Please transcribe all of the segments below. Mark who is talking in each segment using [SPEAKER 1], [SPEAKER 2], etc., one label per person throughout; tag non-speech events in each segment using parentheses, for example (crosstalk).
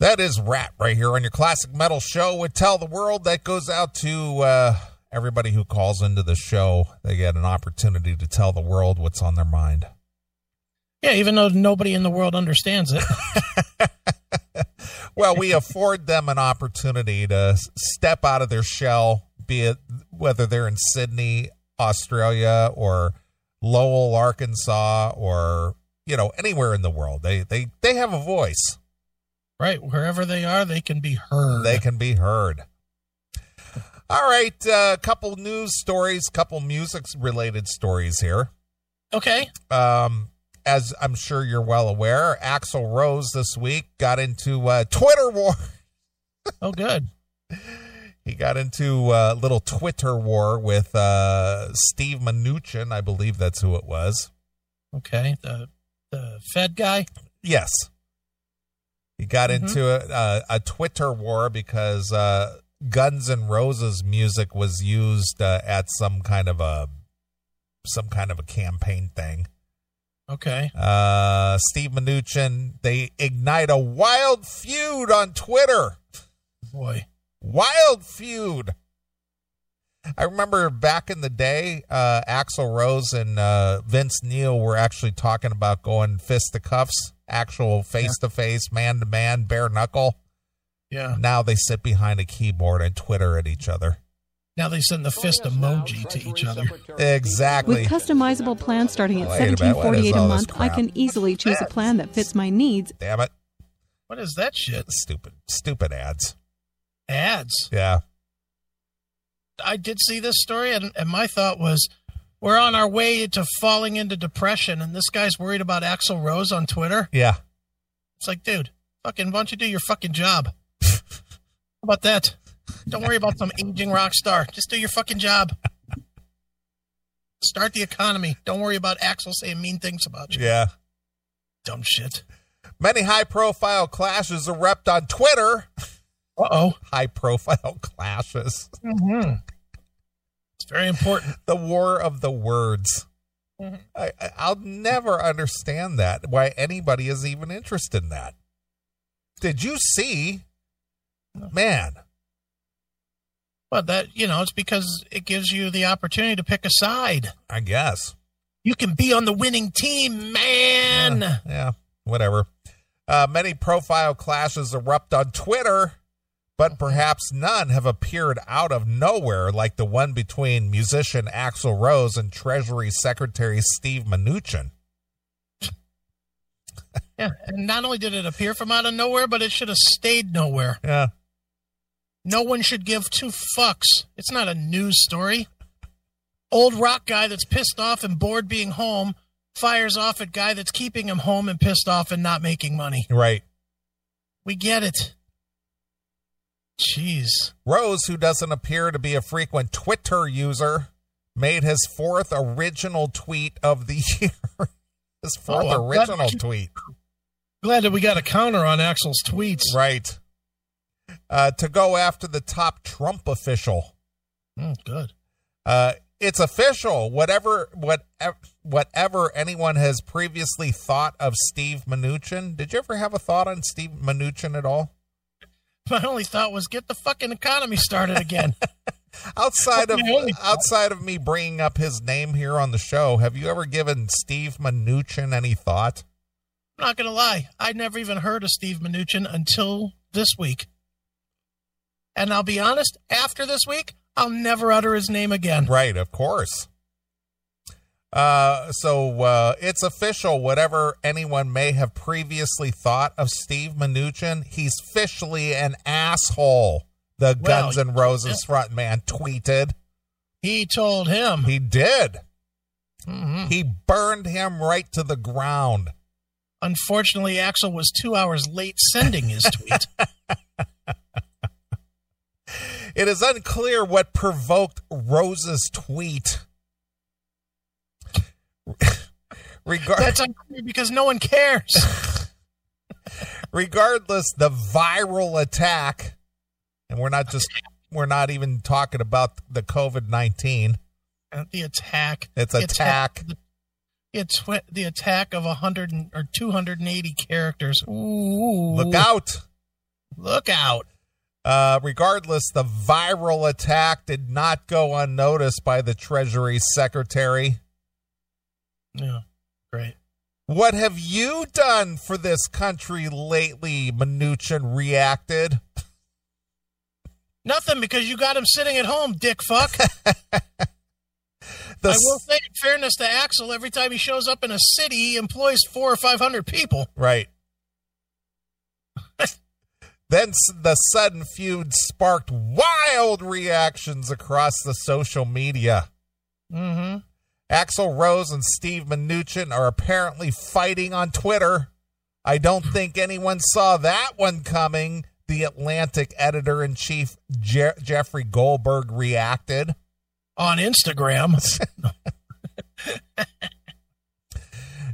[SPEAKER 1] That is Rat right here on your classic metal show. We tell the world that goes out to uh, everybody who calls into the show. They get an opportunity to tell the world what's on their mind.
[SPEAKER 2] Yeah, even though nobody in the world understands
[SPEAKER 1] (laughs)
[SPEAKER 2] it.
[SPEAKER 1] well, we afford them an opportunity to s- step out of their shell, be it whether they're in Sydney, Australia, or Lowell, Arkansas, or you know anywhere in the world. They they they have a voice.
[SPEAKER 2] right. Wherever they are, they can be heard.
[SPEAKER 1] They can be heard. All right, a couple news stories, couple music related stories here.
[SPEAKER 2] okay.
[SPEAKER 1] um, as I'm sure you're well aware, Axel Rose this week got into uh, Twitter war. (laughs)
[SPEAKER 2] Oh, good.
[SPEAKER 1] He got into a little Twitter war with uh, Steve Mnuchin, I believe that's who it was.
[SPEAKER 2] Okay. The the Fed guy.
[SPEAKER 1] Yes, he got
[SPEAKER 2] Mhm.
[SPEAKER 1] into a, a, a Twitter war because uh, Guns N' Roses music was used uh, at some kind of a some kind of a campaign thing.
[SPEAKER 2] Okay.
[SPEAKER 1] Uh, Steve Mnuchin, they ignite a wild feud on Twitter.
[SPEAKER 2] Boy.
[SPEAKER 1] Wild feud. I remember back in the day, uh, Axel Rose and uh, Vince Neil were actually talking about going fist to cuffs, actual face to face, man to man, bare knuckle.
[SPEAKER 2] Yeah.
[SPEAKER 1] Now they sit behind a keyboard and Twitter at each other.
[SPEAKER 2] Now they send the fist emoji to each other.
[SPEAKER 1] Exactly.
[SPEAKER 3] With customizable plans starting at
[SPEAKER 1] Wait a minute, what is
[SPEAKER 3] 1748
[SPEAKER 1] all
[SPEAKER 3] a
[SPEAKER 1] this
[SPEAKER 3] month, I
[SPEAKER 1] crap?
[SPEAKER 3] can easily choose a plan that fits my needs.
[SPEAKER 1] Damn it.
[SPEAKER 2] What is that shit?
[SPEAKER 1] Stupid, stupid ads.
[SPEAKER 2] Ads.
[SPEAKER 1] Yeah.
[SPEAKER 2] I did see this story, and, and my thought was, we're on our way to falling into depression, and this guy's worried about Axl Rose on Twitter.
[SPEAKER 1] Yeah.
[SPEAKER 2] It's like, dude, fucking, why don't you do your fucking job? (laughs) How about that? Don't worry about some aging rock star. Just do your fucking job. Start the economy. Don't worry about Axel saying mean things about you.
[SPEAKER 1] Yeah.
[SPEAKER 2] Dumb shit.
[SPEAKER 1] Many high profile clashes erupt on Twitter. (laughs)
[SPEAKER 2] Uh oh.
[SPEAKER 1] High profile clashes.
[SPEAKER 2] Mm-hmm. It's very important.
[SPEAKER 1] The war of the words.
[SPEAKER 2] Mhm.
[SPEAKER 1] I, I- I'll never understand that, why anybody is even interested in that. Did you see? Man,
[SPEAKER 2] But that, you know, it's because it gives you the opportunity to pick a side.
[SPEAKER 1] I guess.
[SPEAKER 2] You can be on the winning team, man.
[SPEAKER 1] Yeah, yeah, whatever. Uh, many profile clashes erupt on Twitter, but perhaps none have appeared out of nowhere like the one between musician Axl Rose and Treasury Secretary Steve Mnuchin.
[SPEAKER 2] Yeah. And not only did it appear from out of nowhere, but it should have stayed nowhere.
[SPEAKER 1] Yeah.
[SPEAKER 2] No one should give two fucks. It's not a news story. Old rock guy that's pissed off and bored being home fires off at guy that's keeping him home and pissed off and not making money.
[SPEAKER 1] Right.
[SPEAKER 2] We get it. Jeez.
[SPEAKER 1] Rose, who doesn't appear to be a frequent Twitter user, made his fourth original tweet of the (laughs) year. his fourth
[SPEAKER 2] Oh, I'm glad
[SPEAKER 1] original
[SPEAKER 2] you-
[SPEAKER 1] tweet.
[SPEAKER 2] Glad that we got a counter on Axel's tweets.
[SPEAKER 1] Right. Uh, to go after the top Trump official.
[SPEAKER 2] Mm, good.
[SPEAKER 1] Uh, it's official. Whatever, whatever, whatever anyone has previously thought of Steve Mnuchin. Did you ever have a thought on Steve Mnuchin at all?
[SPEAKER 2] My only thought was get the fucking economy started again.
[SPEAKER 1] Outside of
[SPEAKER 2] That's my only thought.
[SPEAKER 1] outside of me bringing up his name here on the show, have you ever given Steve Mnuchin any thought?
[SPEAKER 2] I'm not gonna lie, I never even heard of Steve Mnuchin until this week. And I'll be honest, after this week, I'll never utter his name again.
[SPEAKER 1] Right, of course. Uh, so uh, it's official. Whatever anyone may have previously thought of Steve Mnuchin, he's officially an asshole. The
[SPEAKER 2] Well,
[SPEAKER 1] Guns N' Roses frontman tweeted.
[SPEAKER 2] He told him.
[SPEAKER 1] He did.
[SPEAKER 2] Mhm.
[SPEAKER 1] He burned him right to the ground.
[SPEAKER 2] Unfortunately, Axel was two hours late
[SPEAKER 1] (laughs)
[SPEAKER 2] sending his tweet.
[SPEAKER 1] It is unclear what provoked Rose's tweet. Regard-
[SPEAKER 2] That's unclear because no one cares.
[SPEAKER 1] regardless, the viral attack, and we're not just we're not even talking about the COVID nineteen.
[SPEAKER 2] the attack.
[SPEAKER 1] It's
[SPEAKER 2] the
[SPEAKER 1] attack.
[SPEAKER 2] The, the atwi- the attack of 100 and, or 280 characters. Ooh.
[SPEAKER 1] Look out!
[SPEAKER 2] Look out.
[SPEAKER 1] Uh, regardless, the viral attack did not go unnoticed by the Treasury Secretary.
[SPEAKER 2] Yeah. Great.
[SPEAKER 1] What have you done for this country lately? Mnuchin reacted.
[SPEAKER 2] Nothing because you got him sitting at home,
[SPEAKER 1] (laughs)
[SPEAKER 2] dick fuck.
[SPEAKER 1] The
[SPEAKER 2] I will say, in fairness to Axel, every time he shows up in a city, he employs four or five hundred people.
[SPEAKER 1] Right. (laughs) then s- the sudden feud sparked wild reactions across the social media.
[SPEAKER 2] Mm-hmm.
[SPEAKER 1] Axel Rose and Steve Mnuchin are apparently fighting on Twitter. I don't think anyone saw that one coming. The Atlantic editor in chief Je- Jeffrey Goldberg reacted. (laughs)
[SPEAKER 2] On Instagram.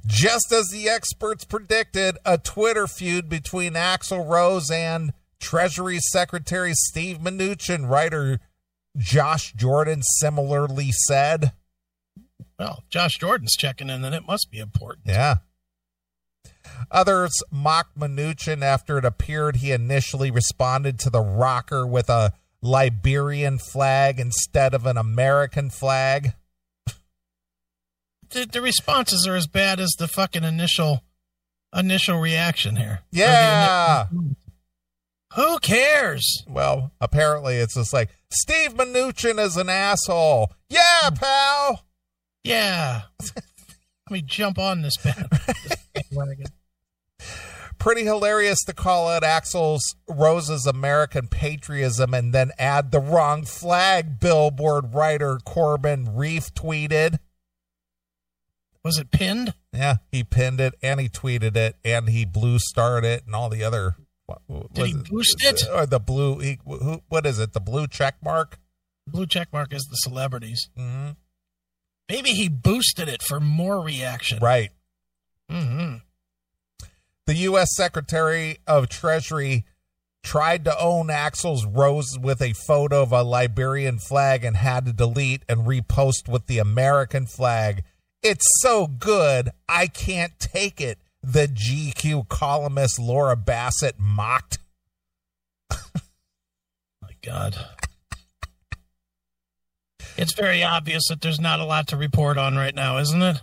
[SPEAKER 1] Just as the experts predicted, a Twitter feud between Axl Rose and Treasury Secretary Steve Mnuchin, writer Josh Jordan similarly said.
[SPEAKER 2] well, Josh Jordan's checking in, and it must be important.
[SPEAKER 1] Yeah. Others mocked Mnuchin after it appeared he initially responded to the rocker with a Liberian flag instead of an American flag.
[SPEAKER 2] The, the responses are as bad as the fucking initial initial reaction here. Or the
[SPEAKER 1] Yeah.
[SPEAKER 2] ini- Who cares?
[SPEAKER 1] Well, apparently it's just like Steve Mnuchin is an asshole. Yeah, pal.
[SPEAKER 2] Yeah. Let me jump on this bad.
[SPEAKER 1] pretty hilarious to call out Axel's Rose's American patriotism and then add the wrong flag. Billboard writer Corbin Reef tweeted.
[SPEAKER 2] Was it pinned?
[SPEAKER 1] Yeah, he pinned it and he tweeted it and he blue starred it and all the other. What,
[SPEAKER 2] Did
[SPEAKER 1] was
[SPEAKER 2] he boost it?
[SPEAKER 1] Or the blue? He, who, what is it? The blue check mark?
[SPEAKER 2] Blue check mark is the celebrities.
[SPEAKER 1] hmm
[SPEAKER 2] Maybe he boosted it for more reaction.
[SPEAKER 1] Right.
[SPEAKER 2] Mm-hmm.
[SPEAKER 1] The U.S. Secretary of Treasury tried to own Axel's rose with a photo of a Liberian flag and had to delete and repost with the American flag. It's so good, I can't take it. The GQ columnist Laura Bassett mocked.
[SPEAKER 2] My God. It's very obvious that there's not a lot to report on right now, isn't it?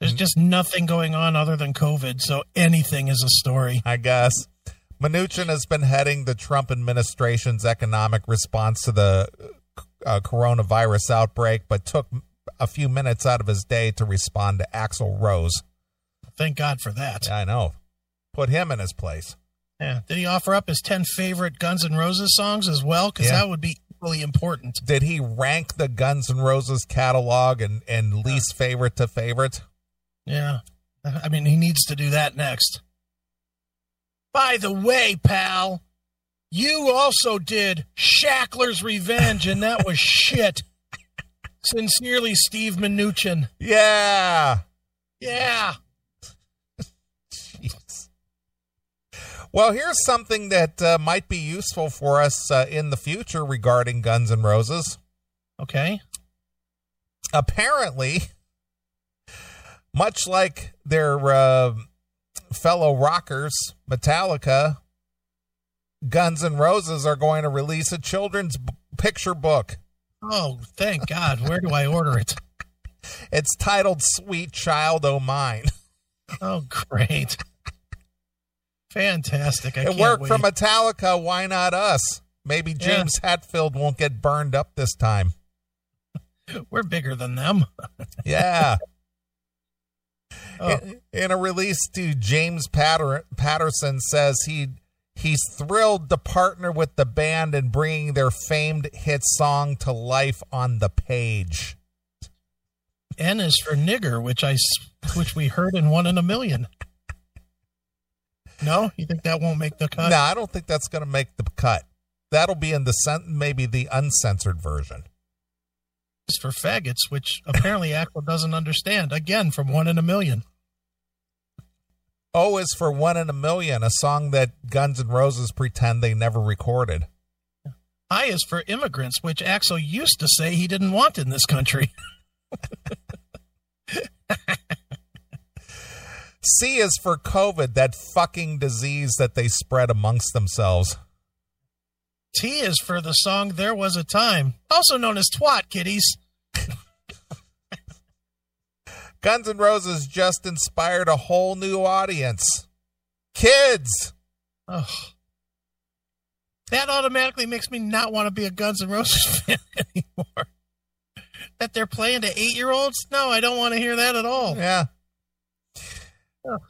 [SPEAKER 2] There's
[SPEAKER 1] Mm.
[SPEAKER 2] just nothing going on other than COVID, so anything is a story.
[SPEAKER 1] I guess. Mnuchin has been heading the Trump administration's economic response to the uh, coronavirus outbreak, but took a few minutes out of his day to respond to Axel Rose.
[SPEAKER 2] Thank God for that.
[SPEAKER 1] Yeah, I know. Put him in his place.
[SPEAKER 2] Yeah. Did he offer up his 10 favorite Guns N' Roses songs as well? Because
[SPEAKER 1] Yeah.
[SPEAKER 2] that would be equally important.
[SPEAKER 1] Did he rank the Guns N' Roses catalog and, and least favorite to favorite?
[SPEAKER 2] Yeah. I mean, he needs to do that next. By the way, pal, you also did Shackler's Revenge, and
[SPEAKER 1] (laughs)
[SPEAKER 2] that was shit. Sincerely, Steve Mnuchin.
[SPEAKER 1] Yeah.
[SPEAKER 2] Yeah.
[SPEAKER 1] Jeez. Well, here's something that uh, might be useful for us uh, in the future regarding Guns N' Roses.
[SPEAKER 2] Okay.
[SPEAKER 1] Apparently, much like their uh, fellow rockers, Metallica, Guns N' Roses are going to release a children's b- picture book.
[SPEAKER 2] Oh, thank God. Where do I order it?
[SPEAKER 1] It's titled Sweet Child O' Mine.
[SPEAKER 2] Oh, great. Fantastic. I
[SPEAKER 1] It
[SPEAKER 2] can't
[SPEAKER 1] worked
[SPEAKER 2] wait.
[SPEAKER 1] for Metallica. Why not us? Maybe
[SPEAKER 2] Yeah.
[SPEAKER 1] James Hatfield won't get burned up this time.
[SPEAKER 2] We're bigger than them.
[SPEAKER 1] Yeah.
[SPEAKER 2] (laughs) Oh,
[SPEAKER 1] In, in a release to James Patter- Patterson says he he's thrilled to partner with the band in bringing their famed hit song to life on the page.
[SPEAKER 2] N is for nigger, which I s- which we heard in one in a million. No, you think that won't make the cut?
[SPEAKER 1] no, I don't think that's going to make the cut. That'll be in the cen- maybe the uncensored version.
[SPEAKER 2] is for faggots, which apparently Axel doesn't understand. Again, from one in a million.
[SPEAKER 1] O Oh, is for One in a Million, a song that Guns N' Roses pretend they never recorded.
[SPEAKER 2] I is for immigrants, which Axel used to say he didn't want in this country.
[SPEAKER 1] C is for COVID, that fucking disease that they spread amongst themselves.
[SPEAKER 2] T is for the song There Was a Time, also known as Twat Kitties.
[SPEAKER 1] Guns N' Roses just inspired a whole new audience. Kids!
[SPEAKER 2] Ugh. That automatically makes me not want to be a Guns N' Roses (laughs) fan anymore. That they're playing to eight year olds? No, I don't want to hear that at all.
[SPEAKER 1] Yeah.
[SPEAKER 2] Ugh.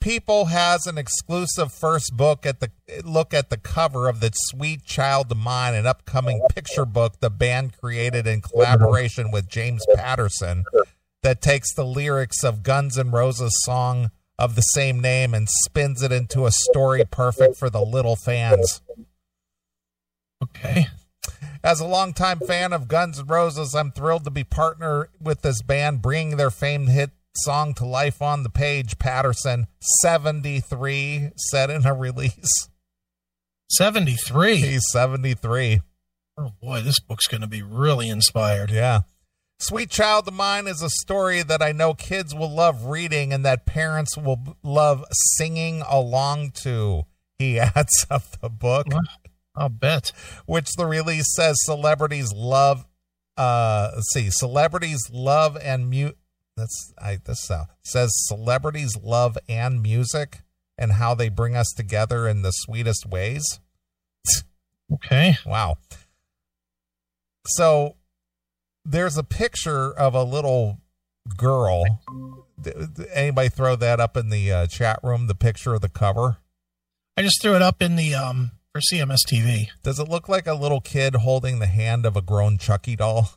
[SPEAKER 1] People has an exclusive first book at the look at the cover of the Sweet Child of Mine, an upcoming picture book the band created in collaboration with James Patterson that takes the lyrics of Guns N' Roses song of the same name and spins it into a story perfect for the little fans.
[SPEAKER 2] Okay.
[SPEAKER 1] As a longtime fan of Guns N' Roses, I'm thrilled to be partner with this band, bringing their famed hit song to life on the page. Patterson, 73, said in a (laughs) release.
[SPEAKER 2] 73.
[SPEAKER 1] He's 73.
[SPEAKER 2] Oh boy, this book's going to be really inspired.
[SPEAKER 1] Yeah. Sweet Child of Mine is a story that I know kids will love reading and that parents will b- love singing along to. He (laughs) adds up the book.
[SPEAKER 2] Wow. I'll bet.
[SPEAKER 1] which the release says celebrities love. Uh, let's see, celebrities love and mute. That's I. This sound says celebrities love and music and how they bring us together in the sweetest ways.
[SPEAKER 2] Okay.
[SPEAKER 1] Wow. So there's a picture of a little girl. D- d- Anybody throw that up in the uh, chat room? The picture of the cover.
[SPEAKER 2] I just threw it up in the um for CMS TV.
[SPEAKER 1] Does it look like a little kid holding the hand of a grown Chucky doll?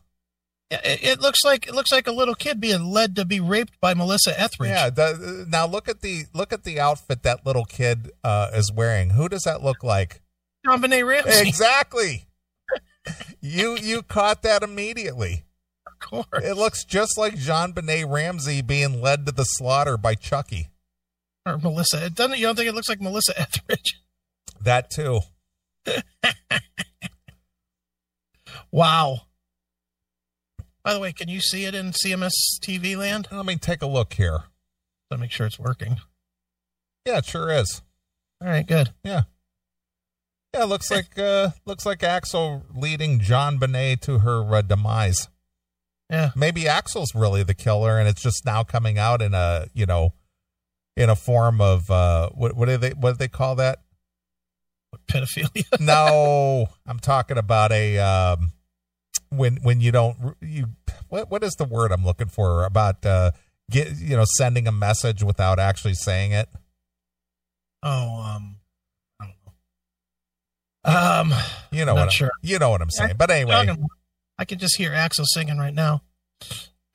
[SPEAKER 2] Yeah, It, it looks like it looks like a little kid being led to be raped by Melissa Etheridge.
[SPEAKER 1] Yeah. The, now look at the look at the outfit that little kid uh, is wearing. Who does that look like?
[SPEAKER 2] John Benet Ramsey,
[SPEAKER 1] Exactly. you you caught that immediately.
[SPEAKER 2] of course.
[SPEAKER 1] It looks just like Jean Benet Ramsey being led to the slaughter by Chucky.
[SPEAKER 2] Or Melissa. It doesn't you don't think it looks like Melissa Etheridge?
[SPEAKER 1] That too.
[SPEAKER 2] Wow. By the way, can you see it in CMS TV land?
[SPEAKER 1] Let me take a look here.
[SPEAKER 2] Let me make sure it's working.
[SPEAKER 1] Yeah, it sure is.
[SPEAKER 2] All right, good.
[SPEAKER 1] Yeah. Yeah, it looks like uh looks like Axel leading John Benet to her uh, demise.
[SPEAKER 2] Yeah.
[SPEAKER 1] maybe Axel's really the killer, and it's just now coming out in a you know, in a form of uh, what what do they what do they call
[SPEAKER 2] (laughs)
[SPEAKER 1] that?
[SPEAKER 2] Pedophilia. (laughs)
[SPEAKER 1] no, I'm talking about a um, when when you don't you what what is the word I'm looking for about uh, get you know sending a message without actually saying it.
[SPEAKER 2] Oh, um I don't know. Um
[SPEAKER 1] You know what
[SPEAKER 2] Not
[SPEAKER 1] I'm-
[SPEAKER 2] sure.
[SPEAKER 1] you know what I'm saying. But anyway,
[SPEAKER 2] talking about. I can just hear Axel singing right now.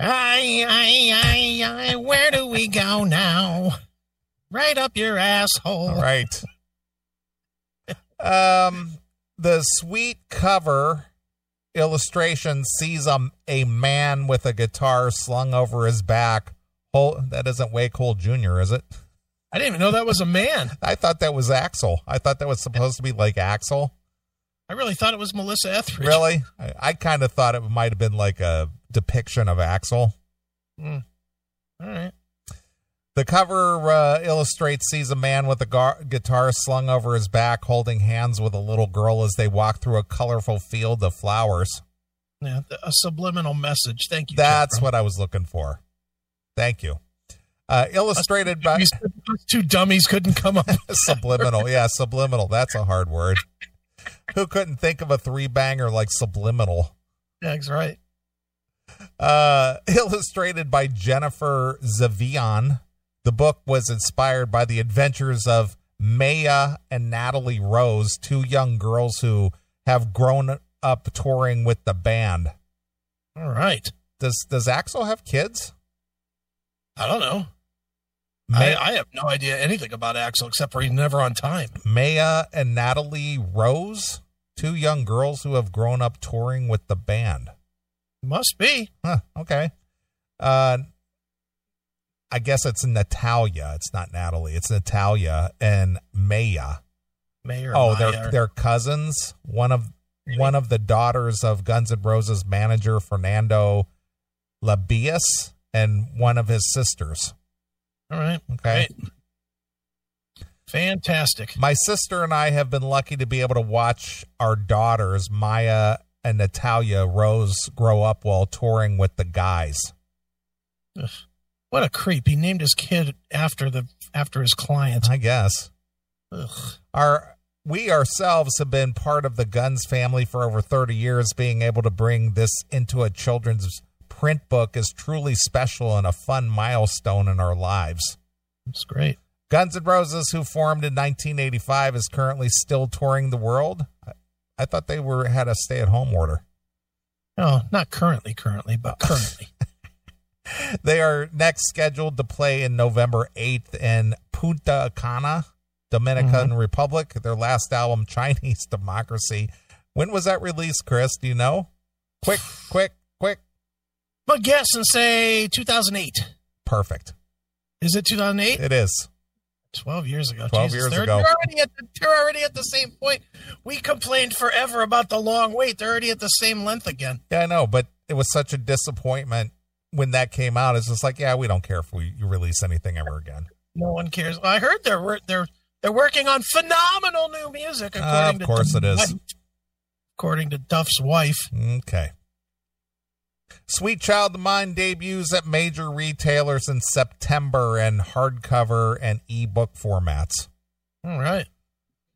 [SPEAKER 2] I, I, I, I, where do we go now? Right up your asshole.
[SPEAKER 1] All right. Um, the sweet cover illustration sees um, a man with a guitar slung over his back. Oh, that isn't Way Cole Jr., is it?
[SPEAKER 2] I didn't even know that was a man.
[SPEAKER 1] I thought that was Axel. I thought that was supposed to be like Axel.
[SPEAKER 2] I really thought it was Melissa Etheridge.
[SPEAKER 1] Really? I, I kind of thought it might have been like a depiction of Axel.
[SPEAKER 2] All right.
[SPEAKER 1] The cover uh, illustrates sees a man with a gar- guitar slung over his back, holding hands with a little girl as they walk through a colorful field of flowers.
[SPEAKER 2] Yeah, th- a subliminal message. Thank you.
[SPEAKER 1] That's
[SPEAKER 2] Jeff.
[SPEAKER 1] what I was looking for. Thank you. Uh,
[SPEAKER 2] (laughs)
[SPEAKER 1] illustrated by (laughs)
[SPEAKER 2] These two dummies couldn't come up. (laughs)
[SPEAKER 1] subliminal. Yeah, subliminal. That's a hard word. Who couldn't think of a three banger like subliminal?
[SPEAKER 2] That's right.
[SPEAKER 1] Uh, (laughs) illustrated by Jennifer Zavion. The book was inspired by the adventures of Maya and Natalie Rose, two young girls who have grown up touring with the band.
[SPEAKER 2] All right.
[SPEAKER 1] Does does Axel have kids?
[SPEAKER 2] I don't know.
[SPEAKER 1] May-
[SPEAKER 2] I, I have no idea anything about Axel except for he's never on time.
[SPEAKER 1] Maya and Natalie Rose, two young girls who have grown up touring with the band.
[SPEAKER 2] Must be.
[SPEAKER 1] Huh, okay. Uh I guess it's Natalia. It's not Natalie. It's Natalia and Maya.
[SPEAKER 2] Mayor.
[SPEAKER 1] Oh,
[SPEAKER 2] Meyer.
[SPEAKER 1] they're they're cousins. One of
[SPEAKER 2] Really?
[SPEAKER 1] one of the daughters of Guns N' Roses manager Fernando Labias and one of his sisters.
[SPEAKER 2] All right.
[SPEAKER 1] Okay.
[SPEAKER 2] Great. Fantastic.
[SPEAKER 1] My sister and I have been lucky to be able to watch our daughters, Maya and Natalia Rose, grow up while touring with the guys.
[SPEAKER 2] Ugh. What a creep. He named his kid after the after his client.
[SPEAKER 1] I guess.
[SPEAKER 2] Ugh.
[SPEAKER 1] Our we ourselves have been part of the Guns family for over 30 years. Being able to bring this into a children's print book is truly special and a fun milestone in our lives.
[SPEAKER 2] That's great.
[SPEAKER 1] Guns N' Roses, who formed in 1985, is currently still touring the world. I- I thought they were had a stay-at-home order.
[SPEAKER 2] No, not currently, currently,
[SPEAKER 1] (laughs)
[SPEAKER 2] but currently.
[SPEAKER 1] They are next scheduled to play in November 8th in Punta Cana, Dominican Republic. Their last album, Chinese (laughs) Democracy. When was that released, Chris? Do you know? Quick, quick, quick.
[SPEAKER 2] but guess and say 2008.
[SPEAKER 1] Perfect.
[SPEAKER 2] Is it 2008?
[SPEAKER 1] It is.
[SPEAKER 2] 12 years ago.
[SPEAKER 1] 12
[SPEAKER 2] Jesus,
[SPEAKER 1] years
[SPEAKER 2] they're,
[SPEAKER 1] ago.
[SPEAKER 2] They're already, at the, they're already at the same point. We complained forever about the long wait. They're already at the same length again.
[SPEAKER 1] Yeah, I know, but it was such a disappointment when that came out. It's just like, yeah, we don't care if we you release anything ever again.
[SPEAKER 2] No one cares. I heard they're wor- they're they're working on phenomenal new music. According
[SPEAKER 1] Ah, of
[SPEAKER 2] to
[SPEAKER 1] course it is.
[SPEAKER 2] Duff's wife- According to Duff's wife.
[SPEAKER 1] Okay. Sweet Child of Mine debuts at major retailers in September in hardcover and ebook formats.
[SPEAKER 2] All right.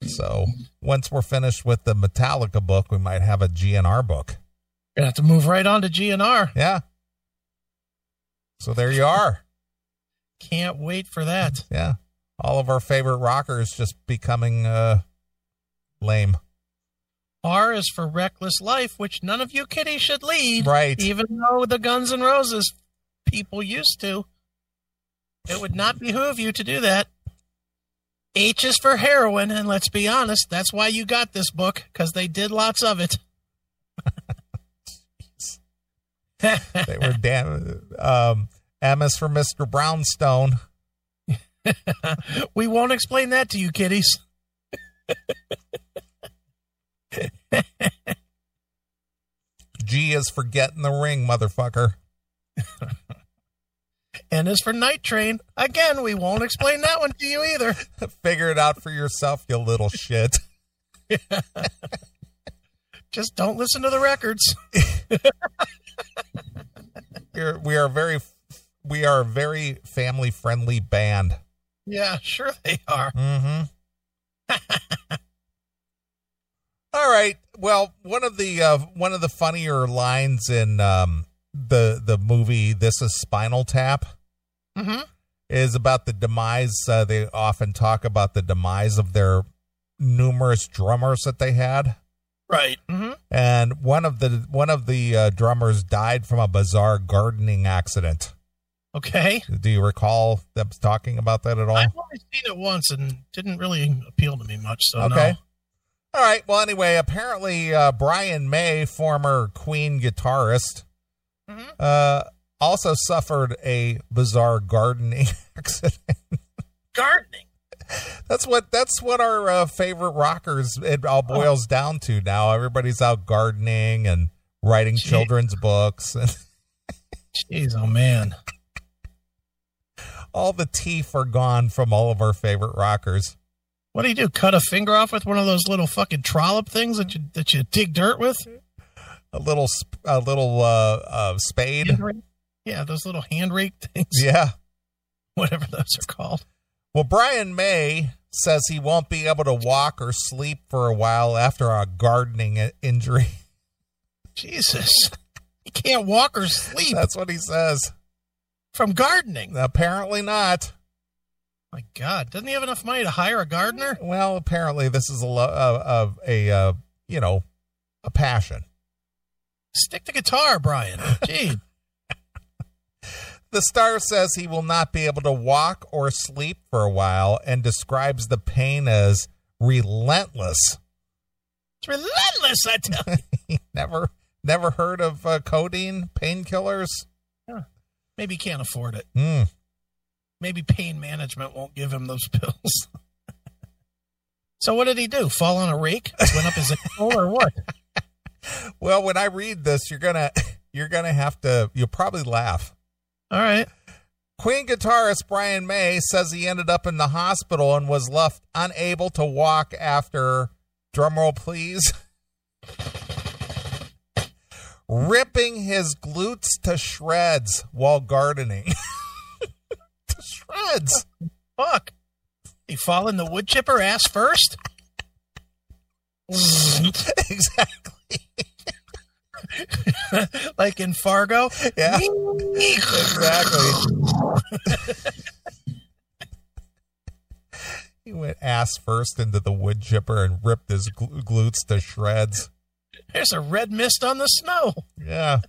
[SPEAKER 1] So once we're finished with the Metallica book, we might have a GNR book.
[SPEAKER 2] Gonna have to move right on to GNR.
[SPEAKER 1] Yeah. So there you are.
[SPEAKER 2] Can't wait for that.
[SPEAKER 1] Yeah. All of our favorite rockers just becoming uh lame.
[SPEAKER 2] R is for Reckless Life, which none of you kiddies should lead.
[SPEAKER 1] Right.
[SPEAKER 2] Even though the Guns N' Roses people used to, it would not behoove you to do that. H is for heroin, and let's be honest, that's why you got this book, because they did lots of it. (laughs)
[SPEAKER 1] They were damn um M is for Mr. Brownstone.
[SPEAKER 2] we won't explain that to you, kiddies.
[SPEAKER 1] G is for get in the ring, motherfucker.
[SPEAKER 2] N is for Night Train. Again, we won't explain that one to you either.
[SPEAKER 1] Figure it out for yourself, you little shit.
[SPEAKER 2] Just don't listen to the records. (laughs)
[SPEAKER 1] We're, we are very, we are a very family friendly band.
[SPEAKER 2] Yeah, sure they are.
[SPEAKER 1] Mm-hmm. (laughs) All right. Well, one of the uh, one of the funnier lines in um, the the movie "This Is Spinal Tap"
[SPEAKER 2] hmm
[SPEAKER 1] is about the demise. Uh, they often talk about the demise of their numerous drummers that they had.
[SPEAKER 2] Right.
[SPEAKER 1] Mm-hmm.
[SPEAKER 2] hmm
[SPEAKER 1] and one of the one of the uh, drummers died from a bizarre gardening accident.
[SPEAKER 2] Okay.
[SPEAKER 1] Do you recall them talking about that at all?
[SPEAKER 2] I've only seen it once and didn't really appeal to me much. So
[SPEAKER 1] okay.
[SPEAKER 2] no.
[SPEAKER 1] All right. Well, anyway, apparently uh, Brian May, former Queen guitarist,
[SPEAKER 2] Mhm.
[SPEAKER 1] uh, also suffered a bizarre gardening (laughs) accident.
[SPEAKER 2] gardening.
[SPEAKER 1] That's what that's what our uh, favorite rockers it all boils down to now. Everybody's out gardening and writing
[SPEAKER 2] Gee.
[SPEAKER 1] children's books and (laughs)
[SPEAKER 2] Jeez, oh man.
[SPEAKER 1] all the teeth are gone from all of our favorite rockers.
[SPEAKER 2] What do you do? Cut a finger off with one of those little fucking trollop things that you that you dig dirt with?
[SPEAKER 1] Mm-hmm. a little sp- a little uh, uh spade.
[SPEAKER 2] Hand rake? Yeah, those little hand rake things.
[SPEAKER 1] Yeah.
[SPEAKER 2] (laughs) Whatever those are called.
[SPEAKER 1] Well, Brian May says he won't be able to walk or sleep for a while after a gardening i- injury. (laughs)
[SPEAKER 2] Jesus. You can't walk or sleep
[SPEAKER 1] That's what he says.
[SPEAKER 2] from gardening.
[SPEAKER 1] Apparently not.
[SPEAKER 2] My God. Doesn't he have enough money to hire a gardener?
[SPEAKER 1] Well, apparently this is a lo- uh, a, a uh, you know, a passion.
[SPEAKER 2] Stick to
[SPEAKER 1] (laughs)
[SPEAKER 2] guitar, Brian. Gee.
[SPEAKER 1] The star says he will not be able to walk or sleep for a while and describes the pain as relentless. (laughs)
[SPEAKER 2] It's relentless, I tell you.
[SPEAKER 1] Never never heard of uh, codeine painkillers?
[SPEAKER 2] Maybe he can't afford it.
[SPEAKER 1] Hmm.
[SPEAKER 2] Maybe pain management won't give him those (laughs) pills. so what did he do? Fall on a rake? Went up his ankle or what?
[SPEAKER 1] Well, (laughs) when I read this, you're gonna you're gonna have to you'll probably laugh.
[SPEAKER 2] All right.
[SPEAKER 1] Queen guitarist Brian May says he ended up in the hospital and was left unable to walk after drumroll please (laughs) ripping his glutes to shreds while gardening. (laughs) to shreds. (laughs)
[SPEAKER 2] Fuck. He fall in the wood chipper ass first? (laughs)
[SPEAKER 1] exactly.
[SPEAKER 2] like in Fargo?
[SPEAKER 1] Yeah. exactly. (laughs) he went ass first into the wood chipper and ripped his gl- glutes to shreds.
[SPEAKER 2] There's a red mist on the snow.
[SPEAKER 1] Yeah.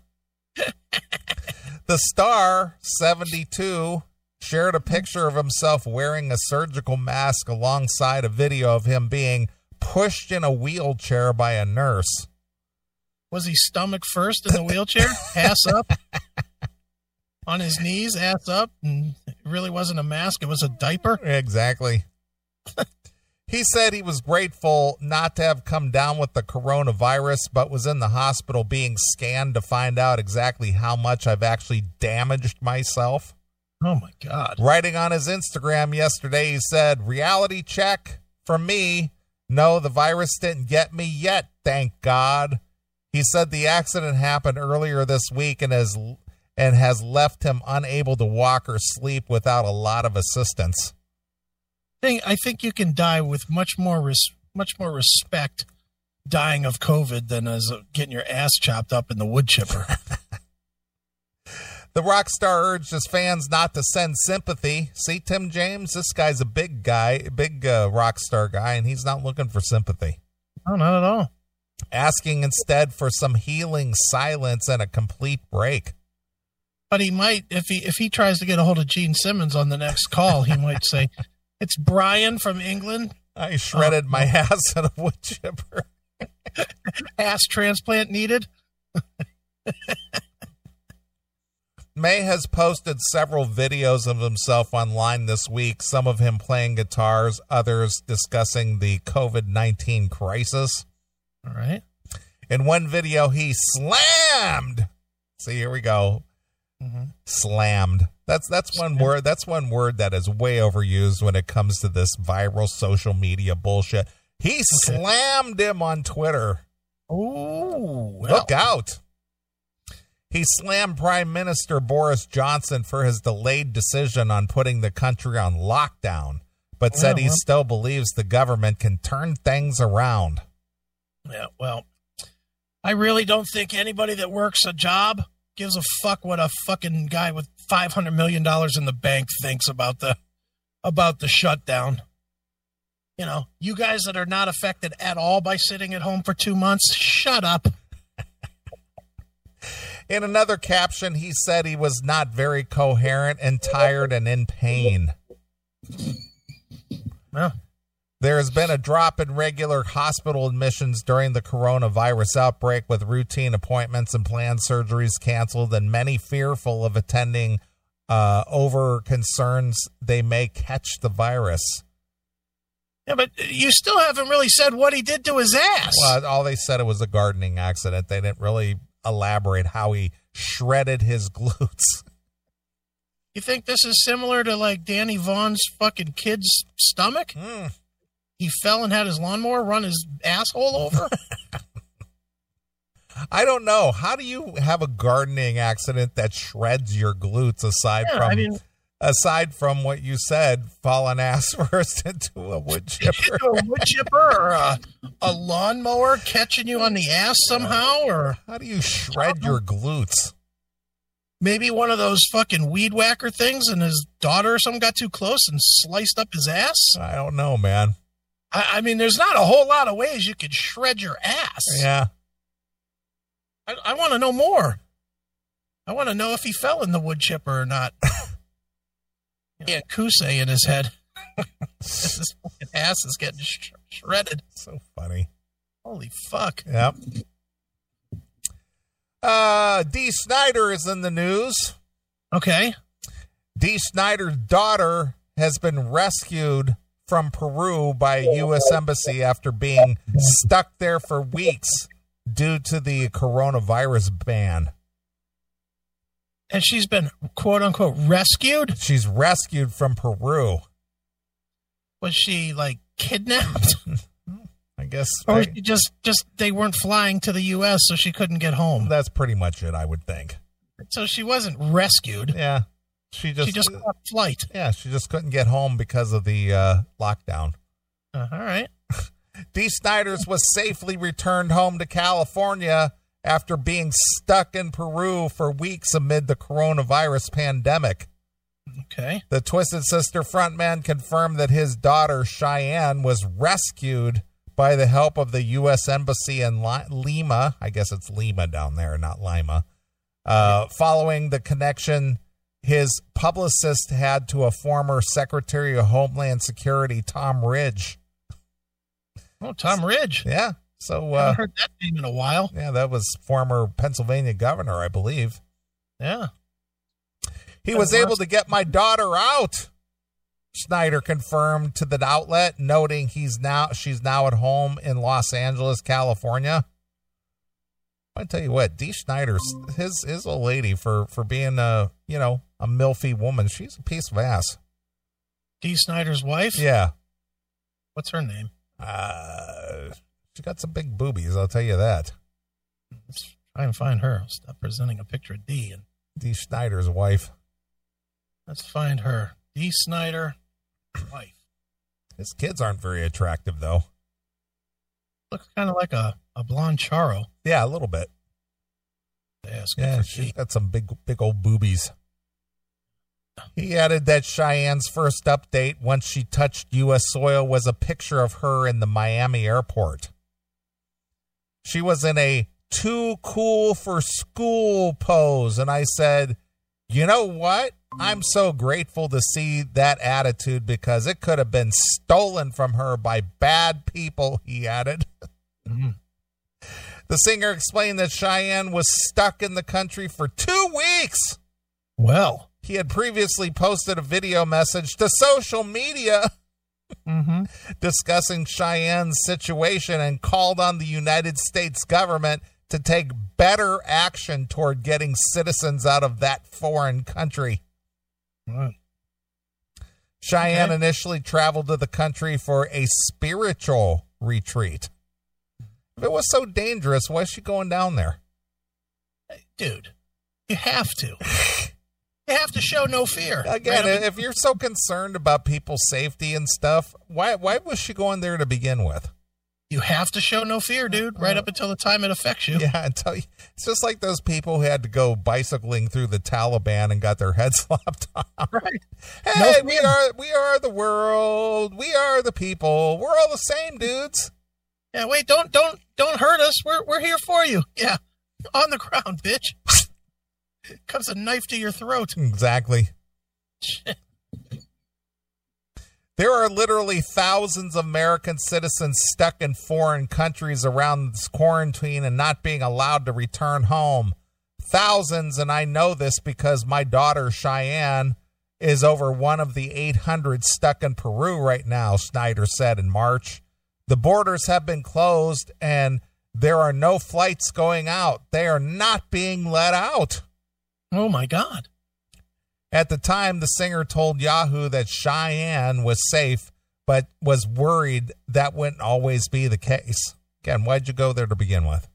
[SPEAKER 1] the star, 72, shared a picture of himself wearing a surgical mask alongside a video of him being pushed in a wheelchair by a nurse.
[SPEAKER 2] Was he stomach first in the wheelchair? ass up? on his knees, ass up? And it really wasn't a mask, it was a diaper?
[SPEAKER 1] Exactly. (laughs) he said he was grateful not to have come down with the coronavirus, but was in the hospital being scanned to find out exactly how much I've actually damaged myself.
[SPEAKER 2] Oh my God.
[SPEAKER 1] Writing on his Instagram yesterday, he said, Reality check for me. No, the virus didn't get me yet, thank God. He said the accident happened earlier this week and has and has left him unable to walk or sleep without a lot of assistance.
[SPEAKER 2] Thing, I think you can die with much more res- much more respect dying of COVID than as uh, getting your ass chopped up in the wood chipper.
[SPEAKER 1] The rock star urged his fans not to send sympathy. See, Tim James, this guy's a big guy, big uh, rock star guy, and he's not looking for sympathy.
[SPEAKER 2] (laughs) no, not at all.
[SPEAKER 1] Asking instead for some healing silence and a complete break.
[SPEAKER 2] But he might if he if he tries to get a hold of Gene Simmons on the next call, he might say, "It's Brian from England,
[SPEAKER 1] I shredded my ass in a wood chipper.
[SPEAKER 2] ass transplant needed."
[SPEAKER 1] May has posted several videos of himself online this week, some of him playing guitars, others discussing the COVID 19 crisis.
[SPEAKER 2] All right.
[SPEAKER 1] In one video, he slammed. See, here we go.
[SPEAKER 2] Mhm.
[SPEAKER 1] Slammed. That's that's one word. That's one word that is way overused when it comes to this viral social media bullshit. He slammed him on Twitter.
[SPEAKER 2] Oh, well,
[SPEAKER 1] Look out. He slammed Prime Minister Boris Johnson for his delayed decision on putting the country on lockdown, but said he
[SPEAKER 2] Well, well.
[SPEAKER 1] still believes the government can turn things around.
[SPEAKER 2] yeah, well, I really don't think anybody that works a job gives a fuck what a fucking guy with five hundred million dollars in the bank thinks about the about the shutdown. You know, you guys that are not affected at all by sitting at home for two months, shut up.
[SPEAKER 1] In another caption, he said he was not very coherent and tired and in pain.
[SPEAKER 2] Well,
[SPEAKER 1] There has been a drop in regular hospital admissions during the coronavirus outbreak, with routine appointments and planned surgeries canceled, and many fearful of attending uh, over concerns they may catch the virus.
[SPEAKER 2] yeah, but you still haven't really said what he did to his ass.
[SPEAKER 1] Well, all they said it was a gardening accident. They didn't really elaborate how he shredded his glutes.
[SPEAKER 2] You think this is similar to like Danny Vaughn's fucking kid's stomach?
[SPEAKER 1] Hmm.
[SPEAKER 2] He fell and had his lawnmower run his
[SPEAKER 1] (laughs)
[SPEAKER 2] asshole over.
[SPEAKER 1] I don't know. How do you have a gardening accident that shreds your glutes aside
[SPEAKER 2] Yeah,
[SPEAKER 1] from
[SPEAKER 2] I mean-
[SPEAKER 1] aside from what you said, falling (laughs) ass first into a wood
[SPEAKER 2] (laughs)
[SPEAKER 1] chipper?
[SPEAKER 2] a wood chipper or a, a lawnmower catching you on the ass somehow, or
[SPEAKER 1] How do you shred your glutes?
[SPEAKER 2] maybe one of those fucking weed whacker things, and his daughter or something got too close and sliced up his ass.
[SPEAKER 1] I don't know, man.
[SPEAKER 2] I, I mean, there's not a whole lot of ways you could shred your ass.
[SPEAKER 1] Yeah.
[SPEAKER 2] I, I want to know more. I want to know if he fell in the wood chipper or not. yeah, Kusei in his head. (laughs) his fucking ass is getting sh- shredded.
[SPEAKER 1] So funny.
[SPEAKER 2] Holy fuck.
[SPEAKER 1] Yep. Uh D. Snyder is in the news.
[SPEAKER 2] Okay.
[SPEAKER 1] D. Snyder's daughter has been rescued from Peru by a U.S. embassy after being stuck there for weeks due to the coronavirus ban.
[SPEAKER 2] and she's been quote unquote rescued.
[SPEAKER 1] She's rescued from Peru.
[SPEAKER 2] Was she like kidnapped, (laughs)
[SPEAKER 1] I guess
[SPEAKER 2] or was
[SPEAKER 1] I-
[SPEAKER 2] Oh, she just just they weren't flying to the U.S. so she couldn't get home?
[SPEAKER 1] that's pretty much it, I would think.
[SPEAKER 2] So she wasn't rescued.
[SPEAKER 1] Yeah. She just, uh,
[SPEAKER 2] she just caught flight.
[SPEAKER 1] yeah, she just couldn't get home because of the uh, lockdown.
[SPEAKER 2] Uh, all right.
[SPEAKER 1] D. Snyder's was safely returned home to California after being stuck in Peru for weeks amid the coronavirus pandemic.
[SPEAKER 2] Okay.
[SPEAKER 1] The Twisted Sister frontman confirmed that his daughter Cheyenne was rescued by the help of the U.S. Embassy in Li- Lima. I guess it's Lima down there, not Lima. Uh, following the connection his publicist had to a former Secretary of Homeland Security, Tom Ridge.
[SPEAKER 2] Oh, Tom Ridge.
[SPEAKER 1] Yeah. So,
[SPEAKER 2] I
[SPEAKER 1] uh,
[SPEAKER 2] haven't heard that name in a while.
[SPEAKER 1] yeah, that was former Pennsylvania governor, I believe.
[SPEAKER 2] Yeah.
[SPEAKER 1] He
[SPEAKER 2] That
[SPEAKER 1] was able
[SPEAKER 2] works.
[SPEAKER 1] to get my daughter out. Snyder confirmed to the outlet, noting he's now she's now at home in Los Angeles, California. I tell you what, D. Snyder's his his old lady for for being a you know a milfy woman. She's a piece of ass.
[SPEAKER 2] Dee Snyder's wife.
[SPEAKER 1] Yeah,
[SPEAKER 2] What's her name?
[SPEAKER 1] uh, she got some big boobies. I'll tell you that.
[SPEAKER 2] Let's try and find her. Stop presenting a picture of Dee and
[SPEAKER 1] D. Snyder's wife.
[SPEAKER 2] let's find her. Dee Snyder wife.
[SPEAKER 1] His kids aren't very attractive though.
[SPEAKER 2] Looks kind of like a, a blonde charo.
[SPEAKER 1] Yeah, a little bit.
[SPEAKER 2] Yes, good
[SPEAKER 1] Yeah,
[SPEAKER 2] for
[SPEAKER 1] she's
[SPEAKER 2] Dee.
[SPEAKER 1] got some big, big old boobies. He added that Cheyenne's first update once she touched U.S. soil was a picture of her in the Miami airport. She was in a too cool for school pose. And I said, You know what? I'm so grateful to see that attitude because it could have been stolen from her by bad people, he added.
[SPEAKER 2] Mhm.
[SPEAKER 1] The singer explained that Cheyenne was stuck in the country for two weeks.
[SPEAKER 2] Well.
[SPEAKER 1] He had previously posted a video message to social media (laughs)
[SPEAKER 2] Mm-hmm.
[SPEAKER 1] discussing Cheyenne's situation and called on the United States government to take better action toward getting citizens out of that foreign country. Cheyenne
[SPEAKER 2] Okay.
[SPEAKER 1] initially traveled to the country for a spiritual retreat. If it was so dangerous, why is she going down there?
[SPEAKER 2] Dude, you have to. You have to show no fear.
[SPEAKER 1] Again,
[SPEAKER 2] Right up-
[SPEAKER 1] if you're so concerned about people's safety and stuff, why why was she going there to begin with?
[SPEAKER 2] you have to show no fear, dude, right up until the time it affects you.
[SPEAKER 1] Yeah, until you, it's just like those people who had to go bicycling through the Taliban and got their heads (laughs) lopped off.
[SPEAKER 2] Right.
[SPEAKER 1] Hey,
[SPEAKER 2] No
[SPEAKER 1] we are we are the world. We are the people. We're all the same, dudes.
[SPEAKER 2] Yeah, wait, don't don't don't hurt us. We're we're here for you. Yeah. On the ground, bitch. (laughs) Comes a knife to your throat.
[SPEAKER 1] Exactly. There are literally thousands of American citizens stuck in foreign countries around this quarantine and not being allowed to return home. Thousands, and I know this because my daughter Cheyenne is over one of the 800 stuck in Peru right now, Snyder said in March. The borders have been closed and there are no flights going out. They are not being let out.
[SPEAKER 2] Oh my god.
[SPEAKER 1] At the time, the singer told Yahoo that Cheyenne was safe, but was worried that wouldn't always be the case. Again, why'd you go there to begin with?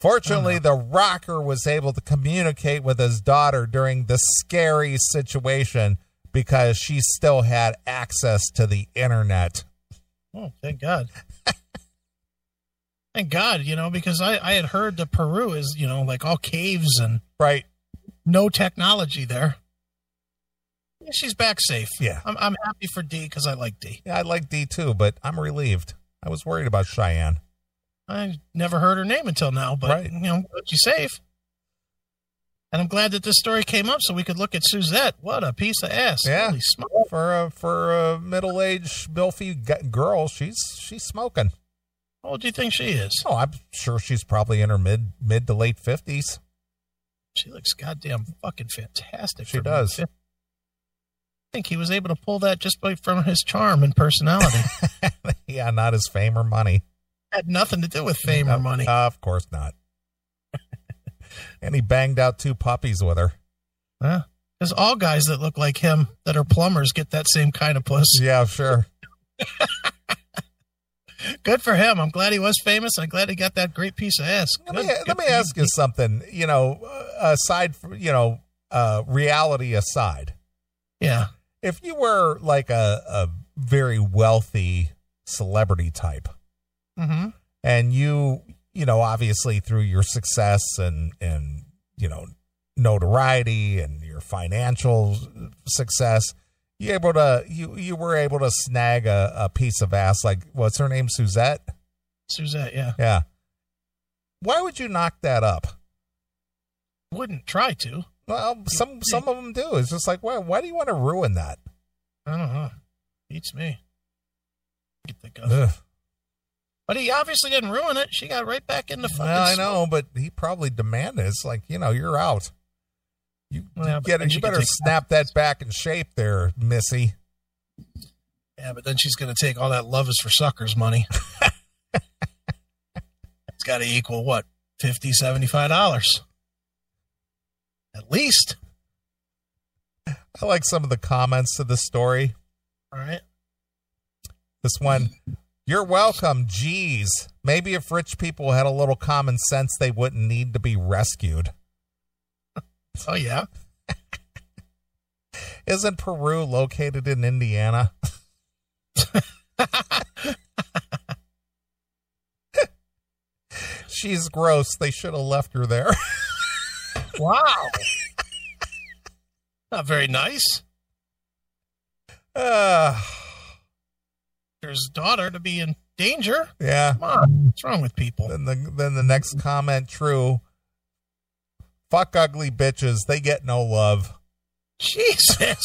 [SPEAKER 1] Fortunately, the rocker was able to communicate with his daughter during the scary situation because she still had access to the internet.
[SPEAKER 2] Oh, thank God. (laughs) thank God, you know, because I, I had heard that Peru is, you know, like all caves and
[SPEAKER 1] Right.
[SPEAKER 2] no technology there. Yeah, She's back safe.
[SPEAKER 1] Yeah.
[SPEAKER 2] I'm, I'm happy for D because I like D.
[SPEAKER 1] Yeah, I like D too, but I'm relieved. I was worried about Cheyenne.
[SPEAKER 2] I never heard her name until now, but
[SPEAKER 1] Right.
[SPEAKER 2] you know, I'm glad she's safe. And I'm glad that this story came up so we could look at Suzette. What a piece of ass.
[SPEAKER 1] Yeah.
[SPEAKER 2] Holy smoke.
[SPEAKER 1] For a for a middle aged milfy g- girl, she's she's smoking.
[SPEAKER 2] How old do you think she is?
[SPEAKER 1] Oh, I'm sure she's probably in her mid mid to late fifties. (laughs)
[SPEAKER 2] She looks goddamn fucking fantastic.
[SPEAKER 1] She
[SPEAKER 2] for me.
[SPEAKER 1] does.
[SPEAKER 2] I think he was able to pull that just by from his charm
[SPEAKER 1] (laughs)
[SPEAKER 2] and personality.
[SPEAKER 1] yeah, not his fame or money.
[SPEAKER 2] had nothing to do with fame or money.
[SPEAKER 1] Uh, of course not. (laughs) and he banged out two puppies with her.
[SPEAKER 2] Because all guys that look like him that are plumbers get that same kind of puss.
[SPEAKER 1] Yeah, sure.
[SPEAKER 2] Good for him. I'm glad he was famous. I'm glad he got that great piece of ass.
[SPEAKER 1] Let me
[SPEAKER 2] Good- good
[SPEAKER 1] let me
[SPEAKER 2] for you.
[SPEAKER 1] ask you something. You know, uh, aside from you know, uh, reality aside,
[SPEAKER 2] Yeah.
[SPEAKER 1] if you were like a, a very wealthy celebrity type,
[SPEAKER 2] Mm-hmm.
[SPEAKER 1] and you you know obviously through your success and and you know notoriety and your financial success you able to you you were able to snag a, a piece of ass like what's her name suzette
[SPEAKER 2] Suzette, yeah.
[SPEAKER 1] yeah why would you knock that up
[SPEAKER 2] Wouldn't try to.
[SPEAKER 1] well some some of them do it's just like why why do you want to ruin that
[SPEAKER 2] I don't know. Beats me. Get the gun.
[SPEAKER 1] Ugh.
[SPEAKER 2] But he obviously didn't ruin it. She got right back in the fucking.
[SPEAKER 1] well, i
[SPEAKER 2] smoke.
[SPEAKER 1] know but he probably demanded it. it's like you know you're out you,
[SPEAKER 2] Yeah,
[SPEAKER 1] you
[SPEAKER 2] but
[SPEAKER 1] get
[SPEAKER 2] then
[SPEAKER 1] it you
[SPEAKER 2] she can
[SPEAKER 1] better
[SPEAKER 2] take-
[SPEAKER 1] snap that back in shape there missy
[SPEAKER 2] Yeah, but then she's going to take all that love is for
[SPEAKER 1] (laughs)
[SPEAKER 2] suckers money. it's got to equal what? 50 $75. At least.
[SPEAKER 1] I like some of the comments to the story.
[SPEAKER 2] All right.
[SPEAKER 1] This one, you're welcome. Geez, maybe if rich people had a little common sense, they wouldn't need to be rescued.
[SPEAKER 2] Oh, yeah.
[SPEAKER 1] Isn't Peru located in Indiana? (laughs) She's gross. They should have left her there. (laughs)
[SPEAKER 2] Wow. Not very nice.
[SPEAKER 1] Uh,
[SPEAKER 2] For his daughter to be in danger.
[SPEAKER 1] yeah.
[SPEAKER 2] Come on. What's wrong with people?
[SPEAKER 1] Then the then the next comment true. Fuck ugly bitches. They get no love.
[SPEAKER 2] Jesus.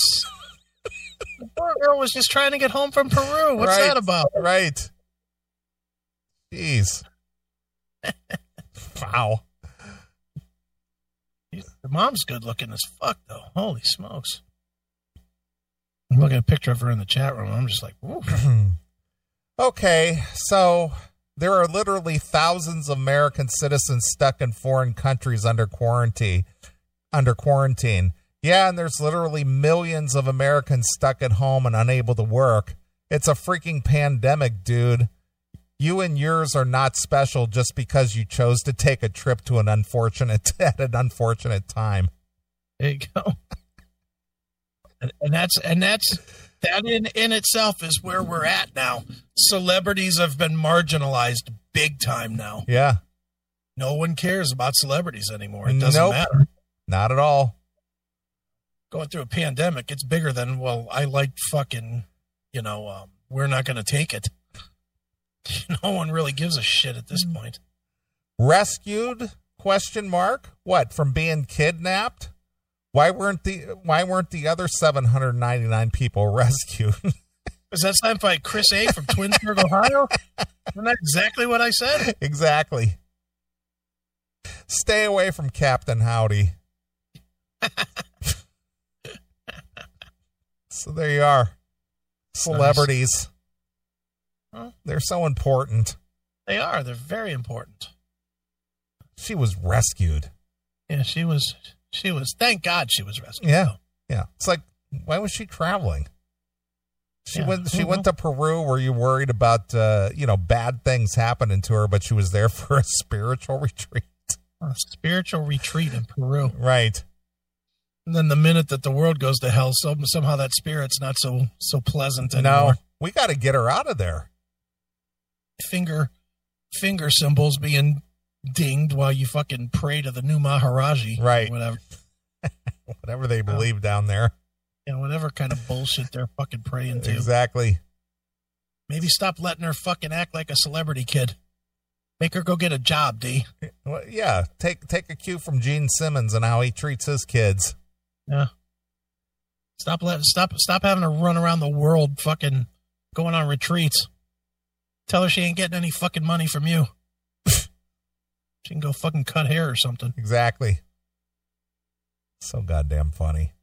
[SPEAKER 2] the poor girl was just trying to get home from Peru. What's
[SPEAKER 1] Right.
[SPEAKER 2] that about?
[SPEAKER 1] Right. Jeez. (laughs) wow. (clears throat)
[SPEAKER 2] The mom's good looking as fuck, though. Holy smokes. I'm looking at a picture of her in the chat room. I'm just like, ooh.
[SPEAKER 1] okay, so there are literally thousands of American citizens stuck in foreign countries under quarantine. Under quarantine. Yeah, and there's literally millions of Americans stuck at home and unable to work. It's a freaking pandemic, dude. You and yours are not special just because you chose to take a trip to an unfortunate (laughs) at an unfortunate time.
[SPEAKER 2] There you go. And, and that's and that's that in in itself is where we're at now. Celebrities have been marginalized big time now.
[SPEAKER 1] Yeah.
[SPEAKER 2] No one cares about celebrities anymore. It doesn't
[SPEAKER 1] Nope.
[SPEAKER 2] matter.
[SPEAKER 1] Not at all.
[SPEAKER 2] Going through a pandemic, it's bigger than well, I like fucking, you know, um, we're not going to take it. (laughs) No one really gives a shit at this point.
[SPEAKER 1] Rescued? Question mark. What from being kidnapped? Why weren't the Why weren't the other 799 people (laughs) rescued?
[SPEAKER 2] Is that signed by Chris A from Twinsburg, Ohio? Isn't that exactly what I said?
[SPEAKER 1] exactly. Stay away from Captain Howdy. (laughs) so there you are. Celebrities.
[SPEAKER 2] Huh?
[SPEAKER 1] They're so important.
[SPEAKER 2] They are. They're very important.
[SPEAKER 1] She was rescued.
[SPEAKER 2] Yeah, she was. She was. Thank God she was rescued.
[SPEAKER 1] Yeah.
[SPEAKER 2] though.
[SPEAKER 1] Yeah. It's like, why was she traveling? She
[SPEAKER 2] Yeah, Mm-hmm.
[SPEAKER 1] went.
[SPEAKER 2] I
[SPEAKER 1] She
[SPEAKER 2] don't
[SPEAKER 1] went to Peru. Were you worried about uh, you know bad things happening to her? But she was there (laughs) for a spiritual retreat,
[SPEAKER 2] A spiritual retreat in Peru.
[SPEAKER 1] right?
[SPEAKER 2] And then the minute that the world goes to hell, some, somehow that spirit's not so so pleasant
[SPEAKER 1] No,
[SPEAKER 2] anymore.
[SPEAKER 1] we got to get her out of there.
[SPEAKER 2] Finger finger symbols being dinged while you fucking pray to the new Maharaji,
[SPEAKER 1] Right.
[SPEAKER 2] Or whatever.
[SPEAKER 1] Whatever they believe down there,
[SPEAKER 2] You know, whatever kind of bullshit they're fucking praying to.
[SPEAKER 1] exactly.
[SPEAKER 2] Maybe stop letting her fucking act like a celebrity kid. Make her go get a job, D.
[SPEAKER 1] Well, yeah, take take a cue from Gene Simmons and how he treats his kids.
[SPEAKER 2] Yeah. Stop let stop stop having her run around the world fucking going on retreats. Tell her she ain't getting any fucking money from you. (laughs) she can go fucking cut hair or something.
[SPEAKER 1] Exactly. So goddamn
[SPEAKER 2] (laughs)
[SPEAKER 1] funny.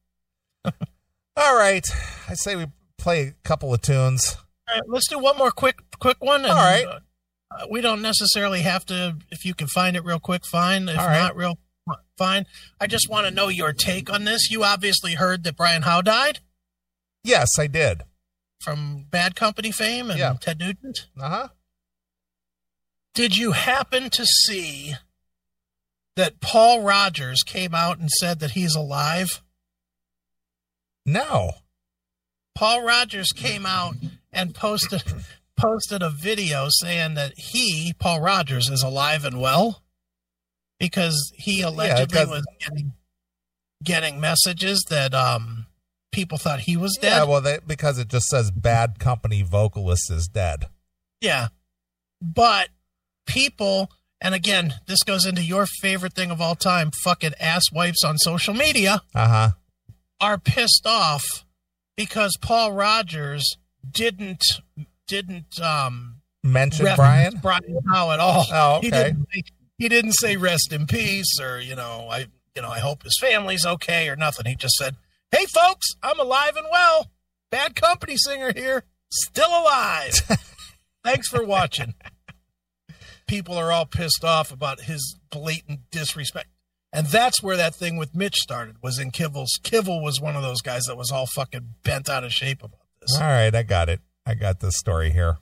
[SPEAKER 1] All right, I say we play a couple of tunes.
[SPEAKER 2] All right, let's do one more quick quick one. and,
[SPEAKER 1] All right.
[SPEAKER 2] uh, we don't necessarily have to. If you can find it real quick, fine. If
[SPEAKER 1] All right.
[SPEAKER 2] not, real Fine. I just want to know your take on this. You obviously heard that Brian Howe died
[SPEAKER 1] Yes, I did.
[SPEAKER 2] from Bad Company fame and
[SPEAKER 1] Yeah.
[SPEAKER 2] Ted Nugent.
[SPEAKER 1] Uh huh.
[SPEAKER 2] Did you happen to see that Paul Rogers came out and said that he's alive?
[SPEAKER 1] No.
[SPEAKER 2] Paul Rogers came out and posted posted a video saying that he, Paul Rogers, is alive and well because he allegedly
[SPEAKER 1] because-
[SPEAKER 2] was getting, getting messages that um people thought he was dead.
[SPEAKER 1] Yeah, well, they, because it just says Bad Company vocalist is dead.
[SPEAKER 2] Yeah. But people, and again, this goes into your favorite thing of all time fucking ass wipes on social media,
[SPEAKER 1] Uh huh.
[SPEAKER 2] are pissed off because Paul Rogers didn't didn't um
[SPEAKER 1] Mention
[SPEAKER 2] reference
[SPEAKER 1] Brian.
[SPEAKER 2] Brian Howe at all.
[SPEAKER 1] Oh,
[SPEAKER 2] He
[SPEAKER 1] okay.
[SPEAKER 2] didn't say, he didn't say rest in peace or you know, I you know, I hope his family's okay or nothing. He just said, "Hey folks, I'm alive and well. Bad Company singer here, still
[SPEAKER 1] (laughs)
[SPEAKER 2] alive. Thanks for watching." People are all pissed off about his blatant disrespect. And that's where that thing with Mitch started was in Kivel's. Kivel was one of those guys that was all fucking bent out of shape about this.
[SPEAKER 1] All right, I got it. I got this story here.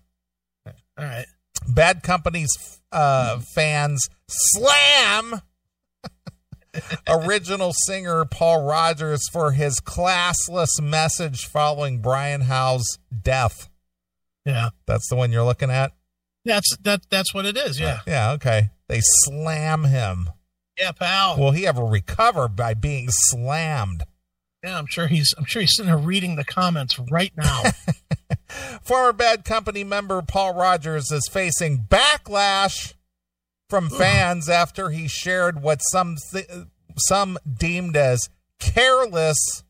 [SPEAKER 2] All right.
[SPEAKER 1] Bad Company's uh, fans slam (laughs) original singer Paul Rogers for his classless message following Brian Howe's death.
[SPEAKER 2] Yeah.
[SPEAKER 1] That's the one you're looking at?
[SPEAKER 2] That's that that's what it is. Yeah.
[SPEAKER 1] Yeah, okay. They slam him.
[SPEAKER 2] Yeah, pal.
[SPEAKER 1] Will he ever recover by being slammed?
[SPEAKER 2] Yeah, I'm sure he's. I'm sure he's sitting there reading the comments right
[SPEAKER 1] (laughs)
[SPEAKER 2] now.
[SPEAKER 1] Former Bad Company member Paul Rogers is facing backlash from fans after he shared what some th- some deemed as careless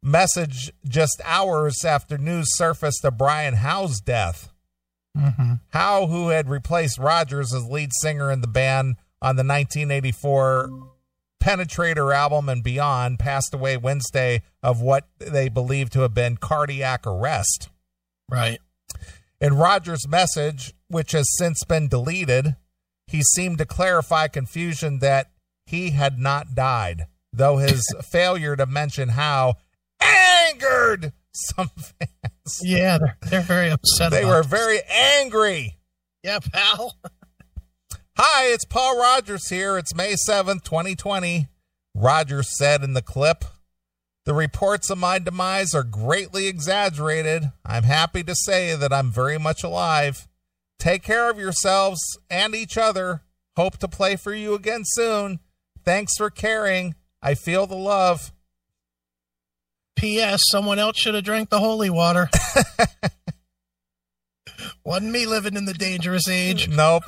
[SPEAKER 1] message just hours after news surfaced of Brian Howe's death.
[SPEAKER 2] mm-hmm.
[SPEAKER 1] Howe, who had replaced Rogers as lead singer in the band on the 1984 Penetrator album and beyond, passed away Wednesday of what they believe to have been cardiac arrest.
[SPEAKER 2] Right.
[SPEAKER 1] In Rogers' message, which has since been deleted, he seemed to clarify confusion that he had not died, though his failure to mention how angered some fans.
[SPEAKER 2] Yeah, they're, they're very upset.
[SPEAKER 1] They
[SPEAKER 2] about
[SPEAKER 1] were
[SPEAKER 2] this.
[SPEAKER 1] very angry.
[SPEAKER 2] Yeah, pal.
[SPEAKER 1] Hi, it's Paul Rogers here. It's May 7th, 2020. Rogers said in the clip, The reports of my demise are greatly exaggerated. I'm happy to say that I'm very much alive. Take care of yourselves and each other. Hope to play for you again soon. Thanks for caring. I feel the love.
[SPEAKER 2] P.S. Someone else should have drank the holy
[SPEAKER 1] (laughs)
[SPEAKER 2] water. Wasn't me living in the dangerous age.
[SPEAKER 1] Nope.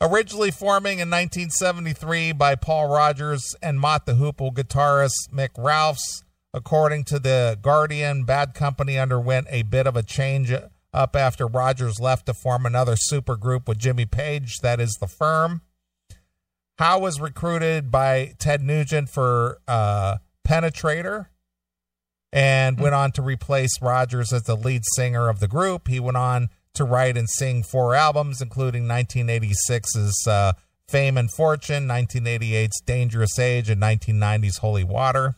[SPEAKER 1] Originally forming in 1973 by Paul Rogers and Mott the Hoople guitarist Mick Ralphs, according to The Guardian, Bad Company underwent a bit of a change up after Rogers left to form another supergroup with Jimmy Page, that is The Firm. Howe was recruited by Ted Nugent for uh, Penetrator and went on to replace Rogers as the lead singer of the group. He went on to write and sing four albums, including 1986's uh, Fame and Fortune, 1988's Dangerous Age, and 1990's Holy Water.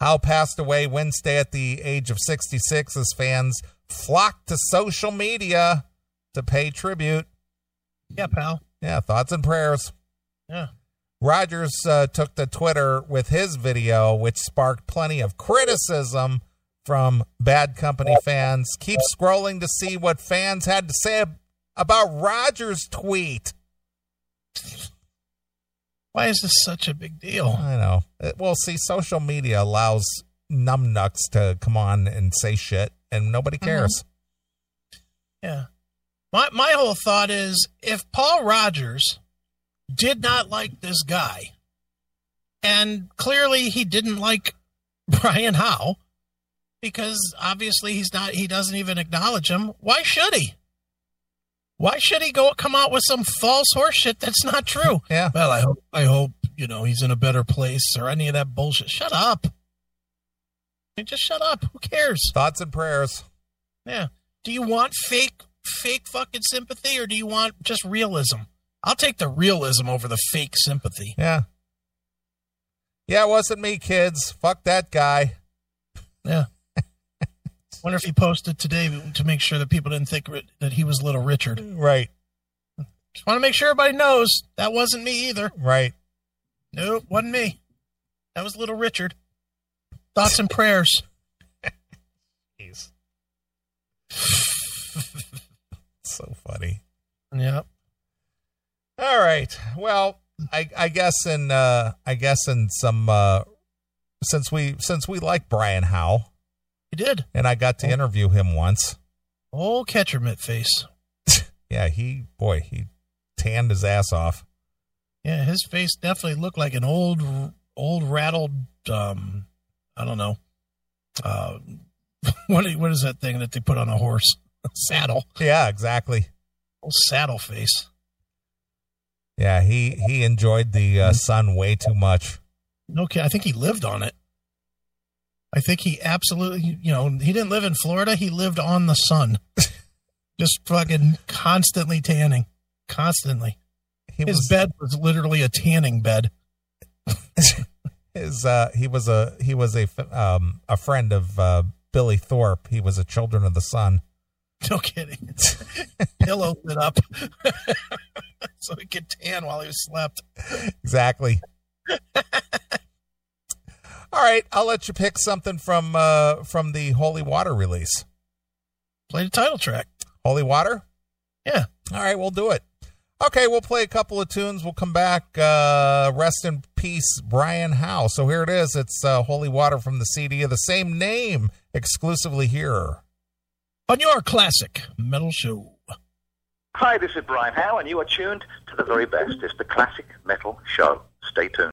[SPEAKER 1] Howe passed away Wednesday at the age of 66 as fans flocked to social media to pay tribute.
[SPEAKER 2] Yeah, pal.
[SPEAKER 1] Yeah, thoughts and prayers.
[SPEAKER 2] Yeah.
[SPEAKER 1] Rogers uh, took to Twitter with his video, which sparked plenty of criticism from Bad Company fans. Keep scrolling to see what fans had to say ab- about Rogers' tweet.
[SPEAKER 2] Why is this such a big deal?
[SPEAKER 1] I know. Uh, Well, see, social media allows numbnucks to come on and say shit, and nobody cares.
[SPEAKER 2] Yeah. My my whole thought is if Paul Rogers did not like this guy, and clearly he didn't like (laughs) Brian Howe, because obviously he's not he doesn't even acknowledge him, why should he? Why should he go come out with some false horseshit that's not true?
[SPEAKER 1] Yeah.
[SPEAKER 2] Well, I hope I hope, you know, he's in a better place or any of that bullshit. Shut up. I mean, Just shut up. Who cares?
[SPEAKER 1] Thoughts and prayers.
[SPEAKER 2] Yeah. Do you want fake fake fucking sympathy or do you want just realism? I'll take the realism over the fake sympathy.
[SPEAKER 1] Yeah. Yeah, it wasn't me, kids. Fuck that guy.
[SPEAKER 2] Yeah. (laughs) Wonder if he posted today to make sure that people didn't think ri- that he was Little Richard.
[SPEAKER 1] Right,
[SPEAKER 2] Just want to make sure everybody knows that wasn't me either.
[SPEAKER 1] right.
[SPEAKER 2] Nope, wasn't me. That was Little Richard. Thoughts and prayers.
[SPEAKER 1] Jeez. (laughs) so funny.
[SPEAKER 2] Yep.
[SPEAKER 1] All right. Well, I I guess in uh I guess in some uh since we since we like Brian Howe
[SPEAKER 2] He did.
[SPEAKER 1] and I got to interview him once.
[SPEAKER 2] Oh, catcher mitt face.
[SPEAKER 1] Yeah, he boy, he tanned his ass off.
[SPEAKER 2] Yeah, his face definitely looked like an old, old rattled. Um, I don't know. Uh, (laughs) what i- what is that thing that they put on a horse? (laughs) saddle.
[SPEAKER 1] Yeah, exactly.
[SPEAKER 2] Old saddle face.
[SPEAKER 1] Yeah, he he enjoyed the uh, sun way too much.
[SPEAKER 2] No kid. I think he lived on it. I think he absolutely, you know, he didn't live in Florida. He lived on the sun, (laughs) just fucking constantly tanning, constantly.
[SPEAKER 1] He
[SPEAKER 2] His
[SPEAKER 1] was
[SPEAKER 2] bed was literally a tanning bed.
[SPEAKER 1] his uh he was a he was a f- um a friend of uh Billy Thorpe. He was a Children of the Sun.
[SPEAKER 2] (laughs) No kidding. Pillow it up (laughs) so he could tan while he slept.
[SPEAKER 1] exactly. (laughs) All right, I'll let you pick something from uh from the Holy Water release.
[SPEAKER 2] Play the title track.
[SPEAKER 1] Holy Water?
[SPEAKER 2] Yeah.
[SPEAKER 1] All right, we'll do it. Okay, we'll play a couple of tunes. We'll come back. Uh, rest in peace, Brian Howe. So here it is. It's uh, Holy Water from the CD of the same name, exclusively here.
[SPEAKER 2] On your classic metal show.
[SPEAKER 4] Hi, this is Brian Howe, and you are tuned to the very best. It's the Classic Metal Show. Stay tuned.